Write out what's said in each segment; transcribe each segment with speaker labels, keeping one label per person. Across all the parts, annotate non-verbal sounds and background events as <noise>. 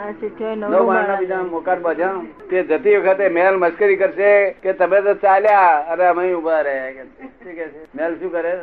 Speaker 1: આ સિવાય
Speaker 2: નો
Speaker 1: નવરો
Speaker 2: માણના
Speaker 1: માણસ.
Speaker 2: બીજાનો મોકાર બાંધ્યો. તે જતી વખતે મેલ મસ્કરી કરશે કે તમે તો ચાલ્યા અને અમે ઉભા રહ્યા કે શું કહે છે? મેલ શું કરે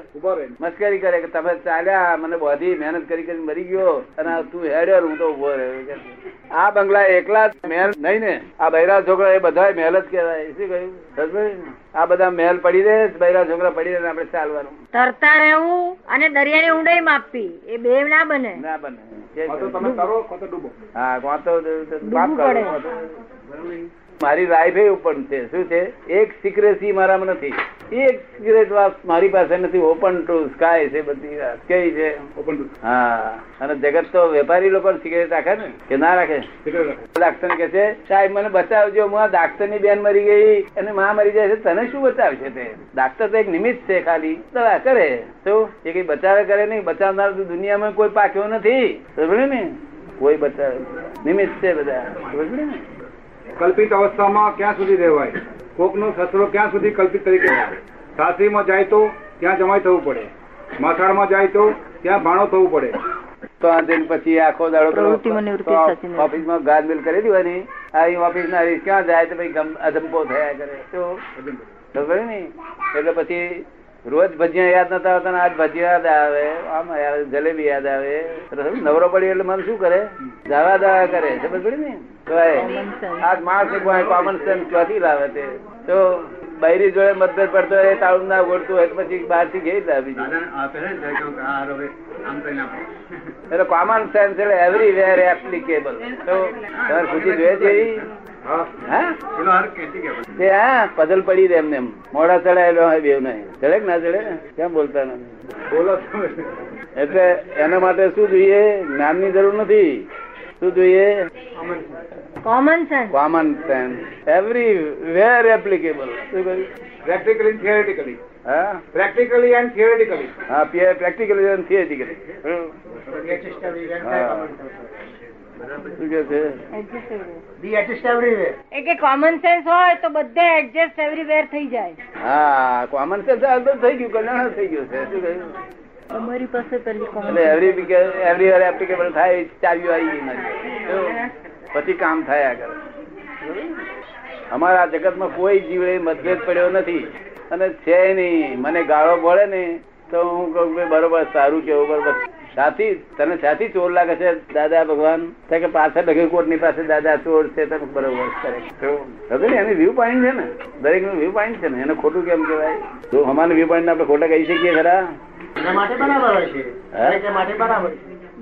Speaker 2: મસ્કરી કરે કે તમે ચાલ્યા મને બધી મહેનત કરી કરીને મરી ગયો અને આ તું હેડ્યો ને હું તો ઉભો રહ્યો કે છે. આ બંગલા એકલા જ મહેલ નહીં ને આ બૈરા છોકરા એ બધા મહેલ જ કહેવાય શું કહ્યું સમજાયું? આ બધા મહેલ પડી રહે છે, બૈરા છોકરા પડી રહે ને આપણે ચાલવાનું
Speaker 3: તરતા રહેવું અને દરિયાની ઊંડાઈ માપવી એ બે ના બને
Speaker 2: ના બને કે
Speaker 4: કાં તો તમે તરો કાં તો ડૂબો
Speaker 2: હા વાંચો
Speaker 3: ડૂબવું પડે.
Speaker 2: મારી લાઈફ એ ઓપન છે શું છે એક સિક્રેસી મારામાં નથી એક સિક્રેટ વાત મારી પાસે નથી ઓપન ટુ સ્કાય છે બધી વાત કઈ છે
Speaker 4: ઓપન
Speaker 2: હા અને જગત તો વેપારી લોકો સિગરેટ રાખે ને કે ના રાખે ડાક્ટર કે છે સાહેબ મને બચાવજો હું આ ડાક્ટર ની બેન મરી ગઈ અને માં મરી જાય છે તને શું બચાવશે તે ડાક્ટર તો એક નિમિત્ત છે ખાલી દવા કરે તો એ કઈ બચાવે કરે નહીં બચાવનાર તો દુનિયામાં કોઈ પાક્યો નથી સમજ્યું ને કોઈ બચાવે નિમિત્ત છે બધા સમજ્યું ને
Speaker 4: કલ્પિત અવસ્થામાં ક્યાં સુધી રહેવાય કોકનો સસરો ક્યાં સુધી કલ્પિત તરીકે રહે સાસરીમાં જાય તો ત્યાં જમાઈ થવું પડે માથાળમાં જાય તો ત્યાં ભાણો થવું પડે
Speaker 2: તો આ દિન પછી આખો દાડો
Speaker 1: પ્રવૃત્તિમાં નિવૃત્તિ
Speaker 2: તો
Speaker 1: થતી નથી.
Speaker 2: ઓફિસમાં ગાદમેલ કરી દેવાની આ ઓફિસ ના ક્યાં જાય તો ભાઈ અધંપો થયા કરે તો ખબર ને એટલે પછી રોજ ભજીયા યાદ નતા આવતા ને આજ ભજીયા યાદ આવે આમ યાદ- જલેબી યાદ આવે એટલે નવરો પડી એટલે મન શું કરે દાવા દાવા કરે સમજ પડી ને તો એ
Speaker 1: Common sense.
Speaker 2: આજ માણસ કોમન સેન્સ ક્યાંથી લાવે તે તો બૈરી જોડે મતભેદ પડતો હોય તાળું ના ગોળતું હોય તો પછી બહારથી ઘેર લાવી દીધું એટલે કોમન સેન્સ એટલે એવરીવેર એપ્લિકેબલ તો તમારે ખુશી જોઈએ છે એવી?
Speaker 4: હા
Speaker 2: હા
Speaker 4: પેલો હર કેતી કે
Speaker 2: તે હા પધલ પડી રહે એમને એમ. મોડા ચડાયેલો હોય બેવ નહીં ચડે કે ના ચડે કેમ બોલતા નથી
Speaker 4: બોલો
Speaker 2: એટલે એના માટે શું જોઈએ જ્ઞાનની જરૂર નથી શું જોઈએ
Speaker 3: common sense
Speaker 2: common sense everywhere applicable શું કહ્યું
Speaker 4: પ્રેક્ટિકલી થિયરેટિકલી
Speaker 2: હા
Speaker 4: પ્રેક્ટિકલી એન્ડ થિયરેટિકલી
Speaker 2: હા પ્રેક્ટિકલી અને theoretically. હમ. હા. શું કહે છે
Speaker 3: એ કે કોમન સેન્સ હોય તો બધે એડજસ્ટ એવરીવેર થઈ જાય
Speaker 2: હા કોમન સેન્સ આ તો થઈ ગયું કલ્યાણ જ થઈ ગયું છે શું કહ્યું
Speaker 1: તમારી પાસે પહેલી કોમન
Speaker 2: એટલે એવરી એવરી વાર એપ્લિકેબલ થાય એ ચાવી આવી ગઈ મારી. તો પછી કામ થાય આગળ અમારા જગતમાં કોઈ જીવડે મતભેદ પડ્યો નથી અને છે નહીં મને ગાળો પડે ને તો હું કહું કે બરોબર સારું કે બરોબર સાથી તને સાથી ચોર લાગે છે દાદા ભગવાન તો કે પાછળ કોટ ની પાસે દાદા ચોર છે તને બરોબર કરે ખબર ને એની વ્યૂ પોઈન્ટ છે ને દરેક નું વ્યૂ પોઈન્ટ છે ને એને ખોટું કેમ કહેવાય તો અમારા વ્યૂ પોઈન્ટ આપણે ખોટા કહી શકીએ ખરા હે?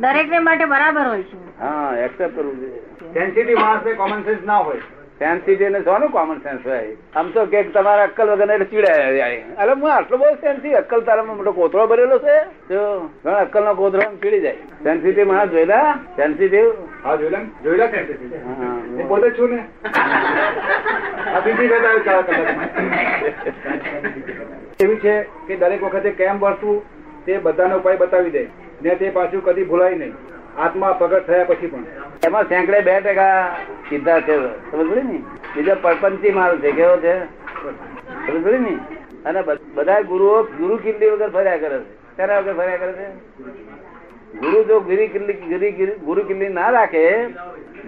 Speaker 3: દરેક ને માટે બરાબર હોય છે
Speaker 2: હા એક્સેપ્ટ કરવું જોઈએ
Speaker 4: સેન્સિટિવ માણસને કોમન સેન્સ ના હોય
Speaker 2: સેન્સિટિવ ને શોનું કોમન સેન્સ હોય આમ તો કે તમારા અક્કલ વગર એટલે ચીડાય જાય અરે હું આટલો બહુ સેન્સિટિવ અક્કલ તારામાં મોટો કોથળો ભરેલો છે જો ઘણા અક્કલ નો કોથળો આમ ચીડી જાય સેન્સિટિવ માણસ જોયેલા સેન્સિટિવ
Speaker 4: હા જોઈ લે જોઈ લે sensitive. હું પોતે જ છું ને આ બીજી વાત આવી ચાર કલાકમાં. એવું છે કે દરેક વખતે કેમ વર્તવું તે બધાનો ઉપાય બતાવી દે ને તે પાછું કદી ભૂલાય નહીં આત્મા પ્રગટ થયા પછી પણ
Speaker 2: એમાં સેંકડે બે ટકા સીધા છે સમજ પડી ને બીજો પરપંચી માલ છે કેવો છે સમજ પડી ને અને બ- બધા ગુરુઓ ગુરુ કિલ્લી વગર ફર્યા કરે છે તેના વગર ફર્યા કરે છે ગુરુ જો ગિરી કિલ્લી ગિરી ગિરી- ગુરુ કિલ્લી ના રાખે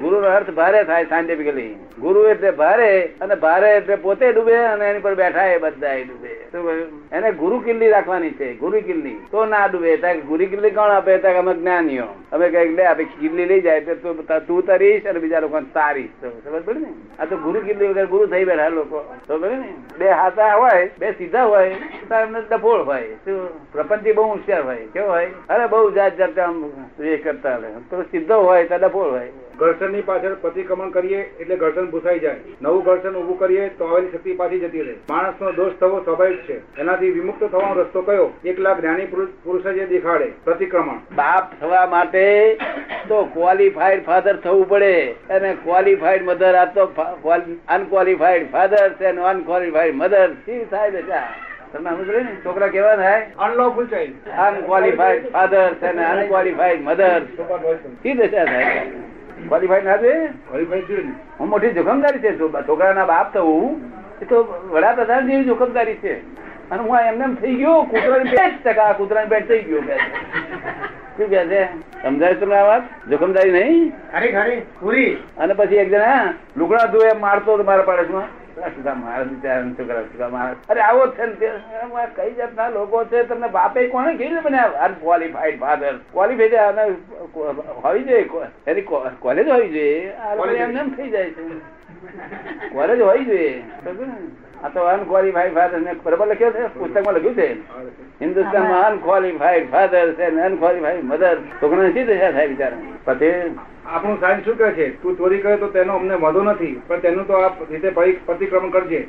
Speaker 2: ગુરુ નો અર્થ ભારે થાય સાયન્ટિફિકલી ગુરુ એટલે ભારે અને ભારે એટલે પોતે ડૂબે અને એની પર બેઠા એ બધા ડૂબે શું કહ્યું? એને ગુરુ કિલ્લી રાખવાની છે ગુરુ કિલ્લી તો ના ડૂબે તારે ગુરુ કિલ્લી કોણ આપે તારે અમે જ્ઞાનીઓ અમે કઈક લે આપે કિલ્લી લઈ જાય તો તું તા- તું તરીશ અને બીજા લોકો તારીશ તો સમજ પડી ને આ તો ગુરુ કિલ્લી વગર ગુરુ થઈ બેઠા લોકો તો પડે ને બે હાથા હોય બે સીધા હોય તો એમને ડફોળ હોય શું પ્રપંચી બહુ હોશિયાર હોય કેવો હોય અરે બહુ જાત જાત આમ એ કરતા હોય તો સીધો હોય તો ડફોળ હોય
Speaker 4: ઘર્ષણની પાછળ પ્રતિક્રમણ કરીએ એટલે ઘર્ષણ ભૂસાઈ જાય નવું ઘર્ષણ ઊભું કરીએ તો આવેલી શક્તિ પાછી જતી રહે માણસનો દોષ થવો સ્વાભાવિક છે એનાથી વિમુક્ત થવાનો રસ્તો કયો એકલા જ્ઞાની પુરુષ પુરુષ જ એ દેખાડે પ્રતિક્રમણ
Speaker 2: બાપ થવા માટે તો ક્વોલિફાઈડ ફાધર થવું પડે અને ક્વોલિફાઈડ મધર આ તો અનક્વોલિફાઈડ ફાધર છે અને અનક્વોલિફાઈડ મધર શી થાય બેટા તમે સમજો ને છોકરા કેવા થાય
Speaker 4: અનલોફુલ ચાઇલ્ડ
Speaker 2: અનક્વોલિફાઈડ ફાધર છે અને અનક્વોલિફાઈડ મધર શી દશા થાય ક્વોલિફાઈડ ના જોઈએ
Speaker 4: હરિભાઈ જોયું ને?
Speaker 2: હું મોટી જોખમદારી છે છોકરા- છોકરાના બાપ થવું એ તો વડાપ્રધાન જેવી જોખમદારી છે અને હું આ એમને એમ થઈ ગયો કૂતરાની પેટ ટકા કૂતરાની પેટ થઈ ગયો શું કહે છે સમજાય તમને આ વાત જોખમદારી નહીં
Speaker 5: ખરી ખરી પૂરી
Speaker 2: અને પછી એક જણ હા, લુગડા ધોવે એમ મારતો હતો મારા પાડોશમાં આ સુધા મારા બિચારાને છોકરા સુધા મારા. અરે આવો જ છે ને તે. અરે હું આ કઈ જાતના લોકો છે તમને બાપે કોણે કેવી રીતે બનાવ્યા અનક્વોલિફાઇડ father. Qualified આને હોવી જોઈએ કો- એની કો- કોલેજ હોવી જોઈએ આ લોકો
Speaker 4: કોલેજ
Speaker 2: એમને એમ થઈ જાય છે કોલેજ હોવી જોઈએ સમજો
Speaker 5: <laughs>
Speaker 2: ને? આ તો અનક્વોલિફાઈડ ફાધર ને બરાબર લખ્યો છે પુસ્તકમાં લખ્યું છે હિન્દુસ્તાનમાં અનક્વોલિફાઈડ ફાધર છે અનક્વોલિફાઈડ મધર છોકરાને શી દશા થાય બિચારા પછી
Speaker 4: આપણું સાયન્સ શું કહે છે તું ચોરી કરે તો તેનો અમને વાંધો નથી પણ તેનું તો આ રીતે પરિ- પ્રતિક્રમણ કરજે